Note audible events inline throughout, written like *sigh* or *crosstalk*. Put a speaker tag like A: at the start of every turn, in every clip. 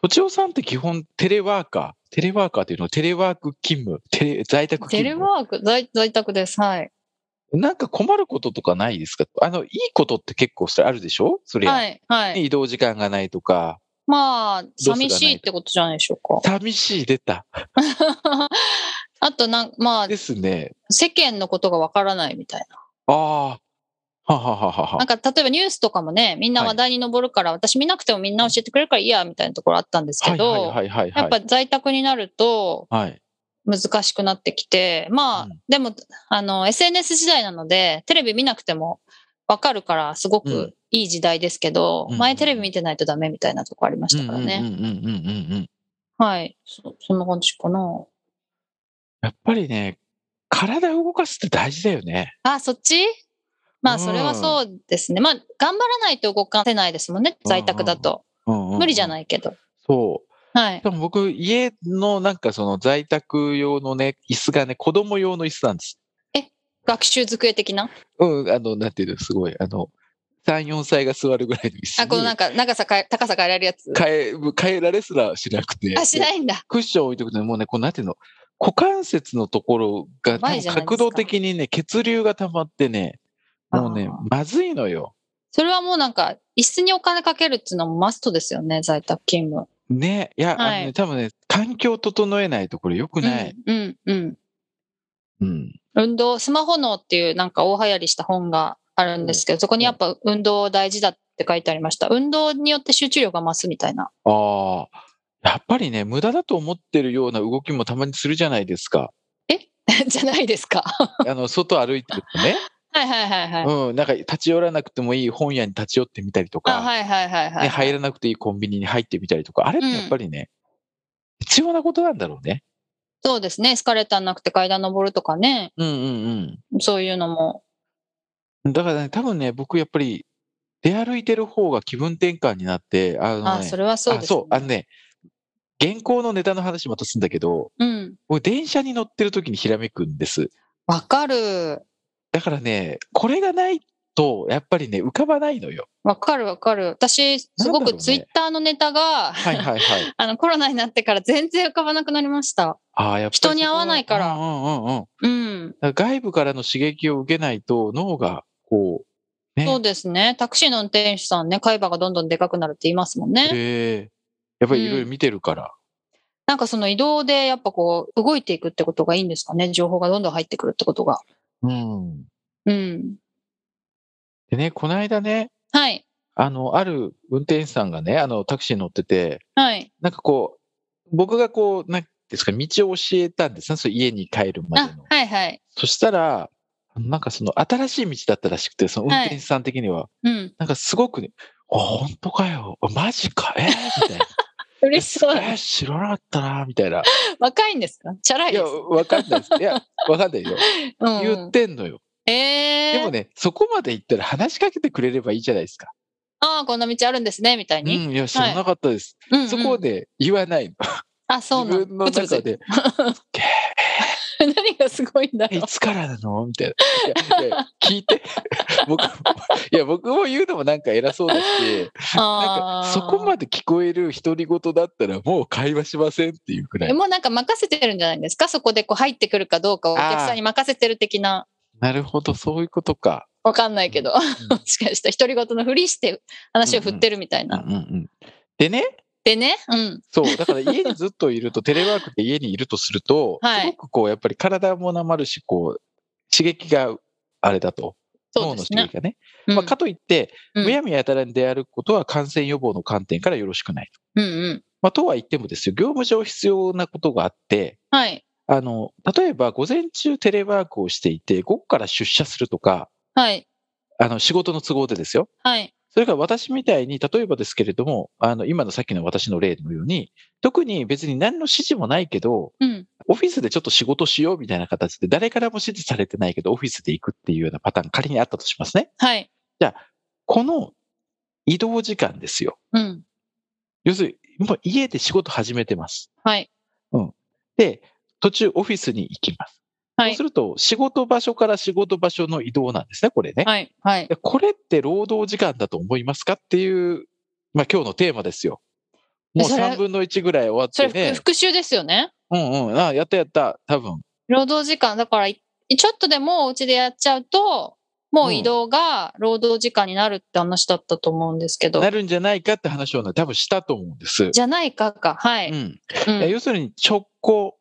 A: とちおさんって基本テレワーカー。テレワーカーっていうのはテレワーク勤務、テレ在宅勤
B: テレ
A: 務。
B: ワーク在、在宅です。はい。
A: なんか困ることとかないですかあの、いいことって結構あるでしょそれ、
B: はい。はい。
A: 移動時間がないとか、
B: まあ、
A: スがない
B: 寂しいってことじゃないでしょう
A: 寂しい出た。
B: か。 *laughs* あとなん、まあ、
A: ですね。
B: 世間のことがわからないみたい
A: ああ。はははは
B: な。な
A: は
B: ん。か、例えばニュースとかもね、みんな話題に上るから、私見なくてもみんな教えてくれるからいいや、みたいなところあったんです
A: は
B: け
A: い
B: ど、
A: はいはい
B: や
A: は
B: っ
A: いは
B: ぱ
A: い。
B: 在宅になると
A: はい。
B: 難しくなってきて、まあ、
A: うん
B: でも、あの、SNS 時代なので、テレビ見なくてもわかるから、すご
A: うん
B: くいい時代ですけど、
A: うん
B: 前テレビ見てないとダメみたいなとこありましたからね。
A: うんうんうんうんうんうん。
B: はい。そそんな感じかな。
A: やっぱりね、体を動かすって大事だよね。
B: あ、そっちま
A: う
B: あ、
A: ん
B: それはそうですね。まあ、頑張らないと動かせないですもんね。在宅だと。無
A: 無。
B: 理じゃないいけど。
A: そう。
B: はい。
A: でも僕、家のなんかその在宅用のね、椅子がね、子供用の椅子なんです。
B: 学習机的な。
A: うん、あの、なんていうの、すごい、あの、3、4歳が座るぐらいの椅子に
B: あ、このなんか、長さ変え、高さ変えられるやつ。
A: 変え、変えられすらしなくて。
B: あ、しないんだ。
A: クッション置いとくともうね、こうなんていうの、股関節のところが
B: や
A: 多
B: ばい
A: 分
B: じゃないですか
A: 角度的にね、血流が溜まってね、もうね
B: あー、
A: まずいのよ。
B: それはもうなんか、椅子にお金かけるっていうのもマストですよね。在宅勤務。
A: ね、いや、
B: はい
A: あのね、多分ね、環境を整えないとこれ良くない。
B: うん、うん、うん。
A: うん。
B: 運動、スマホ脳っていうなんか大流行りした本があるんですけど、そこにやっぱ運動大事だって書いてありました。運動によって集中力が増すみたいな。 *laughs*
A: ああ。やっぱりね、無駄だと思ってるような動きもたまにするじゃないですか。
B: じゃないですか。
A: あの、外歩いてるとね、
B: はいはいはい *laughs* はい。
A: うん、なんか立ち寄らなくてもいい本屋に立ち寄ってみたりと
B: あ
A: か、
B: はいはいはいはい。
A: ね、入らなくていいコンビニに入ってみたりとか、あれってやっぱりね、必要なことなんだろうね。
B: そうですね。エスカレーターなくて階段登るとかね。
A: うんうん
B: そういうのも。
A: うん。だからね、多分ね、僕やっぱり出歩いてる方が気分転換になって、あの、ね、
B: あ、それはそう
A: あ
B: です、
A: そう、あのね、原稿のネタの話またするんだけど、
B: うん。
A: 僕電車に乗ってる時にひらめくんです。
B: わかる。
A: だからね、これがないと、やっぱりね、浮かばない
B: *laughs*
A: のよ。
B: わかるわかる。私、すご
A: なんだろう
B: く
A: ね
B: ツイッターのネタが、
A: はいはいはい。
B: あのコロナになってから全然浮かばなくなりました。
A: ああ、やっぱりそこは
B: 人に会わないから
A: うんうんうんうん。
B: うん。
A: だから外部からの刺激を受けないと脳がこう、ね、
B: そうですね。タクシーの運転手さんね、海馬がどんどんでかくなるって言いますもんね。
A: へえやっぱりいろいろ見てるから。
B: なんかその移動でやっぱこう、動いていくってことがいいんですかね。情報がどんどん入ってくるってことが。
A: うん。
B: うん。
A: でね、この間ね、
B: はい。
A: あの、ある運転手さんがね、あの、タクシーに乗ってて、
B: はい。
A: なんかこう、僕がこう、なんですか、道を教えたんですね、そう家に帰るま
B: あ
A: での、。
B: はいはい。
A: そしたら、なんかその新しい道だったらしくて、その運
B: はい
A: 転手さん的には、
B: うん。
A: なんかすごくね、あ、本当かよ、あマジか、えーみ
B: *laughs*
A: たいな。
B: 嬉しそう。
A: えー知らなかったな、みたいな。
B: *laughs* 若いんですかチャラい
A: い
B: で
A: や、
B: す。
A: わかんないです。いや、わかんないよ。
B: うん
A: 言ってんのよ。
B: えー、
A: でもね、そこまで言ったら話しかけてくれればいいじゃないですか。
B: ああ、こんな道あるんですね、みたい
A: うん、
B: に。
A: いや、知らなかったです。
B: うんうん
A: そこで言わないの。
B: あ、そうな
A: 自
B: の。
A: 分の
B: ぶつぶつ
A: 中で、
B: 何がすごいんだ
A: え
B: ろう
A: い。つからなのみたいな。いや、いや聞いて。 *laughs* 僕も、いや、僕も言うのもなんか偉そうだし、なん
B: *laughs* あ
A: か
B: あ。
A: そこまで聞こえる独り言だったらもう会話しませんっていうくら
B: え
A: い。
B: もうなんか任せてるんじゃないですかそこでこう入ってくるかどうかをお客さんに任せてる的な。
A: なるほど、そういうことか。
B: わかんないけど。 *laughs* も
A: うん
B: しかしたら独り言のふりして話を振ってるみたいな。
A: うんうんうん。でね、
B: でね。うん。
A: そう、だから家にずっといると、テ *laughs* レワークで家にいるとすると、
B: はい
A: すごくこう、やっぱり体もなまるし、こう、刺激があれだと。
B: そうです
A: 脳の刺。
B: ね
A: 激がね。
B: うん
A: まあ、かといって、
B: うん
A: むやみやたらに出歩くことは感染予防の観点からよろしくないと。
B: うんうん。
A: まあ、とは言ってもですよ、業務上必要なことがあって、
B: はい。
A: あの、例えば午前中テレワークをしていて、午後から出社するとか、
B: はい。
A: あの、仕事の都合でですよ。
B: はい。
A: それから私みたいに、例えばですけれども、あの、今のさっきの私の例のように、特に別に何の指示もないけど、
B: うん。
A: オフィスでちょっと仕事しようみたいな形で、誰からも指示されてないけど、オフィスで行くっていうようなパターン、仮にあったとしますね。
B: はい。
A: この移動時間ですよ。
B: うん。
A: 要するに、もう家で仕事始めてます。
B: はい。
A: で、途中オフィスに行きます。
B: は
A: そう
B: い
A: す。ると、仕事場所から仕事場所の移動なんですね、これね。
B: はい。はい。
A: でこれって労働時間だと思いますかっていう、まあ今日のテーマですよ。もう
B: それ
A: 3分の1ぐらい終わっ
B: そ
A: て
B: れ、
A: ね。
B: 復習ですよね。
A: うんうん。あ、やったやった。多分。
B: 労働時間、だから、いちょっとでもお家でやっちゃうと、もう移動が労働時間になるって話だったと思うんですけど、
A: なるんじゃないかって話をね、多分したと思うんです。
B: じゃないかか。は
A: う
B: い。
A: ん。
B: う
A: え
B: ん、
A: 要するに直行。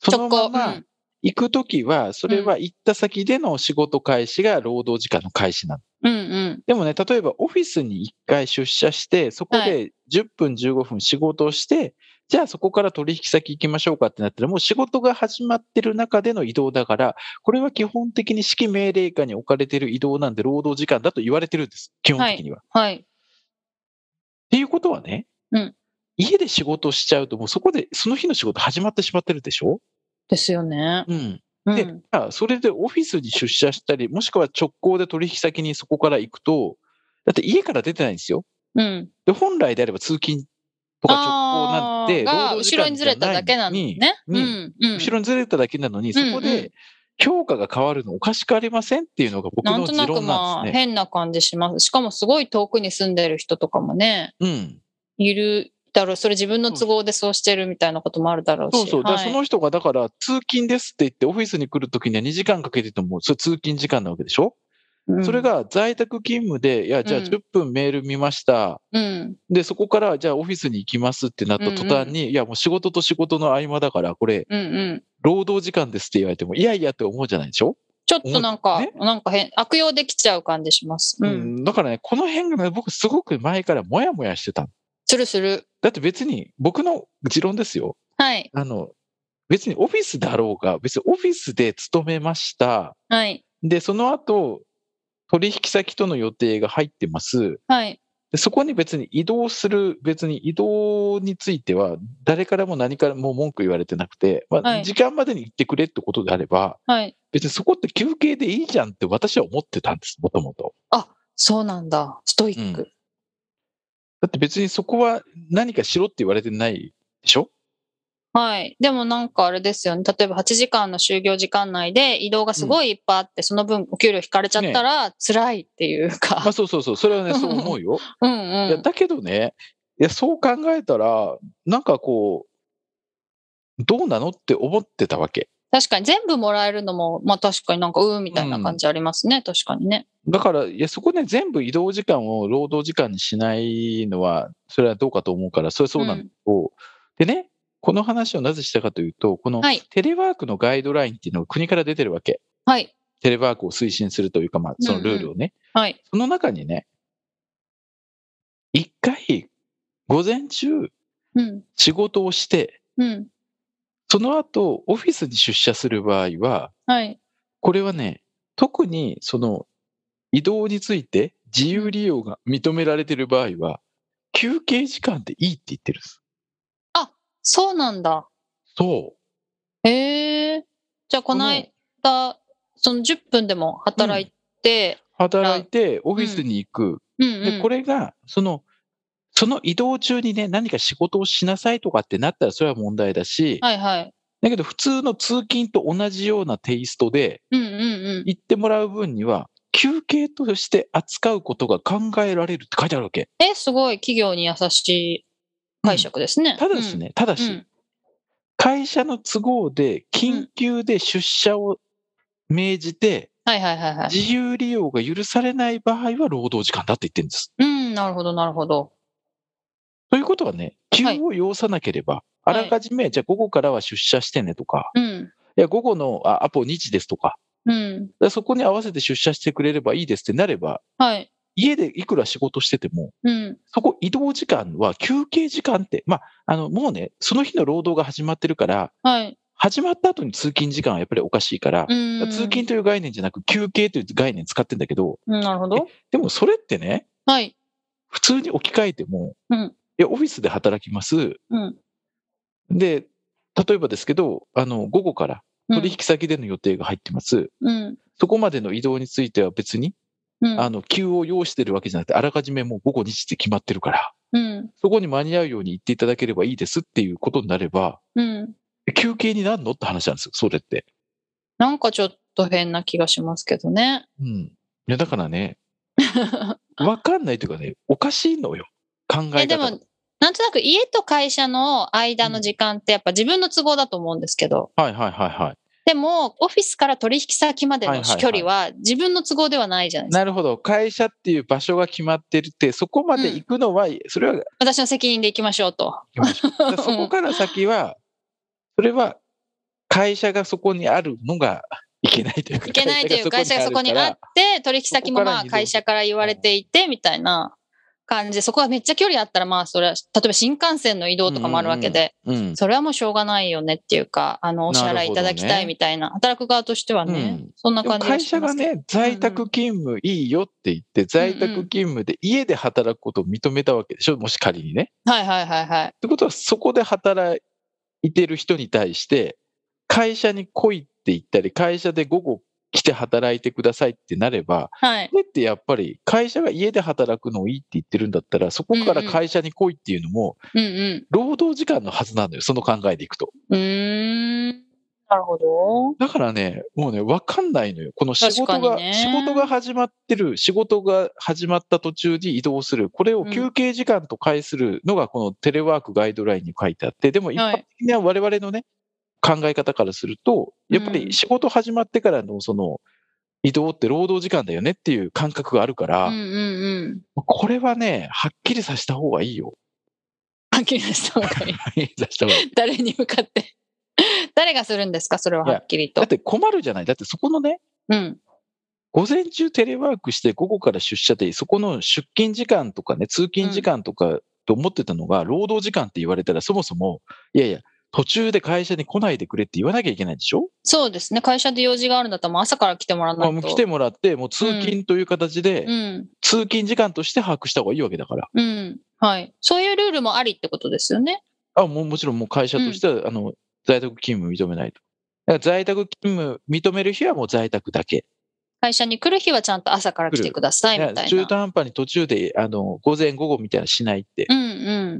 A: その
B: 直
A: まま
B: 行。うん
A: 行くときは、それは行った先での仕事開始が労働時間の開始なの。
B: うんうん。
A: でもね、例えばオフィスに1回出社して、そこ
B: は
A: で10分15分仕事をして、じゃあそこから取引先行きましょうかってなったら、もう仕事が始まってる中での移動だから、これは基本的に指揮命令下に置かれてる移動なんで労働時間だと言われてるんです。基本的には。
B: はい。
A: っていうことはね、
B: うん
A: 家で仕事をしちゃうと、もうそこでその日の仕事始まってしまってるでしょ
B: ですよね。
A: うん。
B: う
A: で
B: ん。
A: あそれでオフィスに出社したり、もしくは直行で取引先にそこから行くと、だって家から出てないんですよ。
B: うん。
A: で、本来であれば通勤とか直行なんて、
B: あーが
A: 労働時
B: 後ろ
A: 間
B: にず
A: じゃ
B: れただけなのにね。う
A: に
B: ん。うん。
A: 後ろにずれただけなのに、そこ
B: うんう
A: で評価が変わるのおかしくありませんっていうのが僕
B: な
A: の
B: んとな
A: 持
B: く
A: 論
B: ま
A: なん
B: あ
A: ですね。
B: 変な感じします。しかもすごい遠くに住んでる人とかもね、
A: うん。
B: いるだろう。それ自分の都合でそうしてるみたいなこともあるだろうし。
A: そうそう。だから
B: はい
A: その人が、だから通勤ですって言って、オフィスに来るときには2時間かけてても、それ通勤時間なわけでしょ、
B: うん
A: それ、が在宅勤務で、いや、じゃあ
B: うん
A: 10分メール見ました。
B: うん。
A: で、そこから、じゃあオフィスに行きますってなった途端に、いや、もう仕事と仕事の合間だから、これ、
B: うんうん。
A: 労働時間ですって言われても、いやいやって思うじゃないでしょ
B: ちょっとなんか、
A: ね
B: なんか変、悪用できちゃう感じします。う。
A: うんん、だからね、この辺がね、僕すごく前からモヤモヤしてたの。
B: するする。
A: だって別に、僕の持論ですよ。
B: はい。
A: あの、別にオフィスだろうが、別にオフィスで勤めました。
B: はい。
A: で、その後、取引先との予定が入ってます。
B: はい。
A: でそこに別に移動する、別に移動については、誰からも何からも文句言われてなくて、まあ
B: はい
A: 時間までに行ってくれってことであれば、
B: はい。
A: 別にそこって休憩でいいじゃんって私は思ってたんです、もともと。
B: あ、そうなんだ。ストイック。
A: だって別にそこは何かしろって言われてないでしょ
B: はい。でもなんかあれですよね。例えば8時間の就業時間内で移動がすごいいっぱいあって、その分お給料引かれちゃったら辛いってい
A: *laughs*
B: う
A: まあ
B: か。
A: そうそうそう、それはね、そう思うよ。
B: うん
A: いうや
B: ん。
A: だけどね、いやそう考えたら、なんかこう、どうなのって思ってたわけ。
B: 確かに全部もらえるのも、まあ確かになんかうーんみたいな感じありますね。確かにね。
A: だから、いや、そこね、全部移動時間を労働時間にしないのは、それはどうかと思うから、それはそうなんだけど、でね、この話をなぜしたかというと、この
B: はい
A: テレワークのガイドラインっていうのが国から出てるわけ。
B: はい。
A: テレワークを推進するというか、まあ、そのルールをね。
B: はい。
A: その中にね、一回、午前中、
B: うん。
A: 仕事をして、
B: うん。
A: その後、オフィスに出社する場合は、
B: はい。
A: これはね、特にその移動について自由利用が認められている場合は、休憩時間でいいって言ってるんです。
B: そうなんだ。
A: そ
B: へえ。じゃあこの間、その10分でも働いて、
A: う。働いて、オフィスに行く。
B: うん、うん、
A: で、これが、その、その移動中にね、何か仕事をしなさいとかってなったら、それは問題だし、
B: はいはい。
A: だけど、普通の通勤と同じようなテイストで、
B: うんうんうん。
A: 行ってもらう分には、休憩として扱うことが考えられるって書いてあるわけ。
B: え、すごい企業に優しい解釈ですね。
A: ただしね、ただ
B: うん、
A: し、
B: うん
A: 会社の都合で緊急で出社を命じて、
B: はいはいはいはい。
A: 自由利用が許されない場合は労働時間だって言ってるんです。
B: うん、なるほどなるほど。
A: ということはね、急
B: はい
A: を要さなければ、あらかじめ、じゃあ午後からは出社してねとか、
B: うん。
A: いや、午後のあアポ2時ですとか、
B: うん。
A: だからそこに合わせて出社してくれればいいですってなれば、
B: はい。
A: 家でいくら仕事してても、
B: うん。
A: そこ移動時間は休憩時間って、まあ、あの、もうね、その日の労働が始まってるから、
B: はい。
A: 始まった後に通勤時間はやっぱりおかしいから
B: う、ん。
A: 通勤という概念じゃなく休憩という概念使ってんだけど、
B: うん。なるほど。
A: でもそれってね、
B: はい。
A: 普通に置き換えても、
B: うん
A: いや、オフィスで働きます。
B: うん。
A: で、例えばですけど、あの、午後から
B: うん
A: 取引先での予定が入ってます。
B: うん。
A: そこまでの移動については別に、
B: うん。
A: あの、急を要してるわけじゃなくて、あらかじめもう午後2時って決まってるから、
B: うん。
A: そこに間に合うように言っていただければいいですっていうことになれば、
B: うん。
A: 休憩になるのって話なんですよ、それって。
B: なんかちょっと変な気がしますけど
A: *laughs*
B: ね。
A: うん。いや、だからね、わかんないというかね、おかしいのよ。考え方が。
B: え、でも、なんとなく家と会社の間の時間ってやっぱ自分の都合だと思うんですけど、
A: はいはいはいは
B: でも、オフィスから取引先まで
A: はい
B: の
A: はいはい
B: 距離は自分の都合ではないじゃない
A: い。
B: ですか。
A: なるほど。会社っていう場所が決まってるって、そこまで行くのは、それは、
B: 私の責任で行きましょうと。 *laughs*
A: だからそこから先は、それは、会社がそこにあるのがいけないというか。
B: いけないという会社がそこに
A: るから
B: あって、取引先もまあ
A: そこから移動
B: 会社から言われていて、みたいな感じで、そこがめっちゃ距離あったら、まあそれは、例えば新幹線の移動とかもあるわけで、
A: うん。
B: それはもうしょうがないよねっていうか、あの、お支払いいただきたいみたいな、働く側としてはね、
A: うん
B: そんな
A: でも
B: 感じ
A: 会
B: し
A: 社
B: ま
A: が
B: すけど
A: ね、在宅勤務いいよって言って、在宅勤務で家で働くことを認めたわけでしょ、もし仮にね。
B: はいはいはいはい。
A: ってことは、そこで働いてる人に対して、会社に来いって言ったり、会社で午後来て働いてくださいってなれば、
B: はい。
A: それってやっぱり会社が家で働くのいいって言ってるんだったら、そこから会社に来いっていうのも、
B: うんう
A: 労働時間のはずなのよ、その考えでいくと。
B: ん。うーん。なるほど。
A: だからね、もうね、わかんないのよ。この仕事
B: 確か
A: が、
B: にね
A: 仕事が始まってる、仕事が始まった途中に移動する、これを
B: うん
A: 休憩時間と返するのが、このテレワークガイドラインに書いてあって、でも一
B: は
A: 般
B: い
A: 的な我々のね、考え方からすると、やっぱ
B: うん
A: り仕事始まってからのその、移動って労働時間だよねっていう感覚があるか
B: う
A: ら、
B: んうんうん。
A: これはね、はっきりさせた方がいいよ。 *laughs*
B: はっきりした方がいい。
A: はっきりさせた方がいい
B: 誰に向かって。誰がするんですかそれははっきり
A: だっ
B: と。
A: て困るじゃない。だってそこのね、
B: うん。
A: 午前中テレワークして午後から出社で、そこの出勤時間とかね、通勤時間とかと思ってたのが、労働時間って言われたら、そもそも、いやいや、途中で会社に来ないでくれって言わなきゃいけないでしょ
B: そうですね。会社で用事があるんだったら、もう朝から来てもらわ
A: ま
B: な
A: あ、
B: い
A: もう
B: と。
A: 来てもらって、もう通勤という形で
B: う、ん。
A: 通勤時間として把握した方がいいわけだから。
B: うん。はい。そういうルールもありってことですよね。
A: あ、もうもちろんもう会社としては、あの、在宅勤務認めないと。だから在宅勤務認める日はもう在宅だけ。
B: 会社に来る日はちゃんと朝から来てくださいみたい
A: 中
B: な
A: 途。半端に途中で、あの、午前午後みたいなのしないって
B: う。んう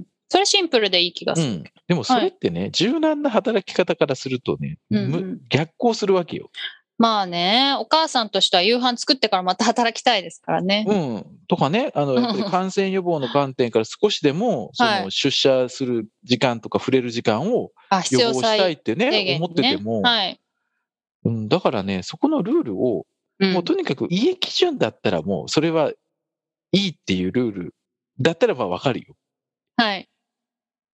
B: ん。それシンプルでいい気がする。
A: うん、でもそれってね、柔軟な働き方からするとね、
B: うんうん
A: む逆行するわけよ。
B: まあね、お母さんとしては夕飯作ってからまた働きたいですからね。
A: うん、とかねあのやっぱり感染予防の観点から少しで
B: *laughs*
A: もそ
B: はい
A: の出社する時間とか触れる時間を
B: あ、
A: 予
B: 必要
A: 防したい
B: 最
A: って
B: 低
A: ね
B: 限
A: 思
B: に
A: ってて
B: ね。
A: も、
B: はい。
A: うん、だからねそこのルールを、
B: うん
A: もうとにかく家基準だったらもうそれはいいっていうルールだったらまあわかるよ。
B: はい。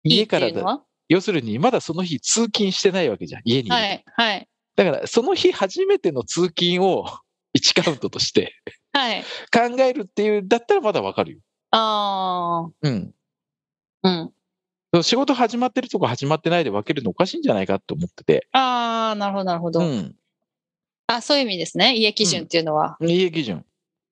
B: いい
A: 家
B: って
A: から
B: いうの
A: だ
B: は
A: 要するにまだその日通勤してないわけじゃん家にいるから
B: はい。はい。
A: だから、その日初めての通勤を *laughs* 1カウントとして
B: はい。
A: 考えるっていうんだったらまだわかるよ。
B: あ
A: うん。
B: あ。うん。
A: 仕事始まってるとこ始まってないで分けるのおかしいんじゃないかって思ってて。
B: ああ、なるほど、なるほど。
A: ん。
B: あ、そういう意味ですね。家基準っていうのは。
A: 家基準。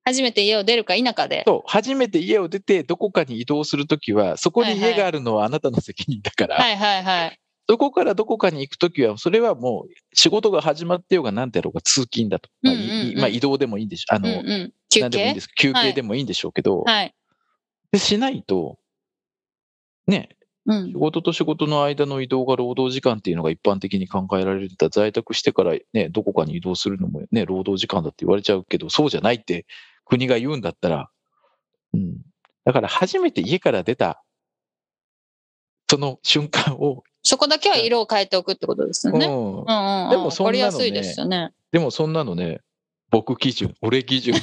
B: 初めて家を出るか否かで。
A: そう。初めて家を出てどこかに移動するときは、そこに
B: はい
A: 家
B: はい
A: があるのはあなたの責任だから、
B: はいはいはい。
A: そこからどこかに行くときは、それはもう仕事が始まってようが何だろうが通勤だと。まあい
B: うんうんうん
A: まあ移動でもいいんでしょ。あ
B: うん
A: の、
B: うん。休
A: 何でもいいん
B: 憩
A: です休
B: は
A: 憩
B: い
A: でもいいんでしょうけど、
B: はい。
A: でしないと、ね、
B: うん
A: 仕。事と仕事の間の移動が労働時間っていうのが一般的に考えられた在宅してからね、どこかに移動するのもね、労働時間だって言われちゃうけど、そうじゃないって国が言うんだったら、うん。だから初めて家から出た、その瞬間を、
B: そこだけは色を変えておくってことですよね。
A: うん
B: う。んうん。
A: でもそんなのね
B: 分かりやすいですよね。 *laughs*
A: でもそんなのね、僕基準、俺基準。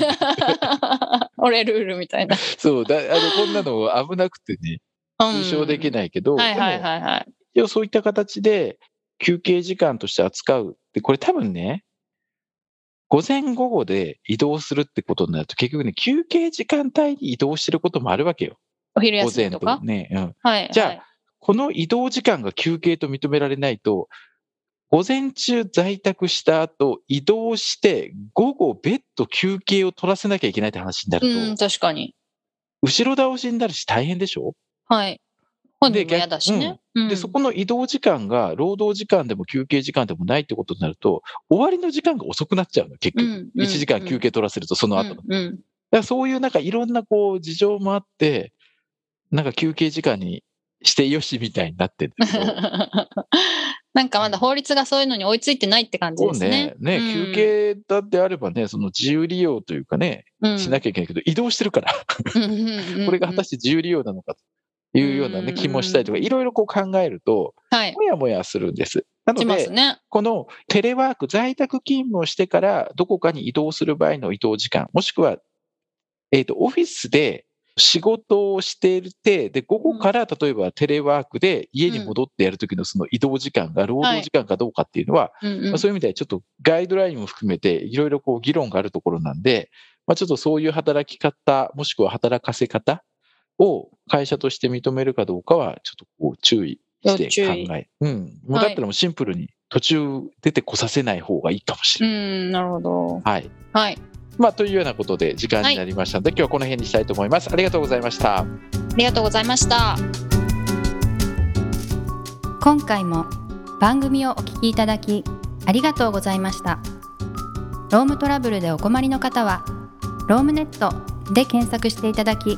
B: 俺ルールみたいな。
A: そう、だあのこんなの危なくてね、
B: 優
A: 優勝でき
B: い。
A: ないけど、
B: はいは
A: で
B: い
A: も
B: はいはい。
A: 一応そういった形で休憩時間として扱う。で、これ多分ね、午前午後で移動するってことになると、結局ね、休憩時間帯に移動してることもあるわけよ。
B: お昼
A: 午
B: 休
A: 前
B: みとか。
A: ね、うん。
B: はい。
A: じゃあ
B: はい
A: この移動時間が休憩と認められないと、午前中在宅した後、移動して、午後別途休憩を取らせなきゃいけないって話になると、
B: うん、確かに。
A: 後ろ倒しになるし大変でしょ
B: はい。本
A: で
B: 人も嫌だしね。うん
A: で、そこの移動時間が労働時間でも休憩時間でもないってことになると、終わりの時間が遅くなっちゃうの、結局。1時間休
B: 憩
A: 憩取らせると、その後の。だか
B: うんうん *laughs*
A: らそういうなんかいろんなこう事情もあって、なんか休憩時間にしてよしみたいになってるんだ
B: *laughs*
A: けど。
B: なんかまだ法律がそういうのに追いついてないって感じ
A: そ
B: で
A: う
B: す
A: ねね、
B: ね。うん
A: 休憩だってあればね、その自由利用というかね、
B: うん
A: しなきゃいけないけど、移動してるから、
B: うんうんうん
A: これが果たして自由利用なのかというような、
B: うんうん
A: ね、
B: うん
A: 気もしたりとか、いろいろこう考えると、
B: はい。
A: もやもやするんです。なの
B: しま
A: で、
B: すね。
A: このテレワーク、在宅勤務をしてからどこかに移動する場合の移動時間、もしくは、えっ、と、オフィスで仕事をしていて、で、午後から例えばテレワークで家に戻ってやるときのその移動時間が労働時間かどうかっていうのは、
B: うんうん
A: まあ、そういう意味ではちょっとガイドラインも含めていろいろこう議論があるところなんで、まあ、ちょっとそういう働き方もしくは働かせ方を会社として認めるかどうかはちょっとこう注意して
B: 要
A: 考
B: 注
A: え、うん、もうだったらもうシンプルに途中出てこさせない方がいいかもし
B: う
A: れない。
B: ん、なるほど。
A: はい
B: はい。
A: まあ、というようなことで時間になりましたので、今日はこの辺にしたいと思います。ありがとうございました。
B: ありがとうございました。
C: 今回も番組をお聞きいただきありがとうございましたロームトラブルでお困りの方はロームネットで検索していただき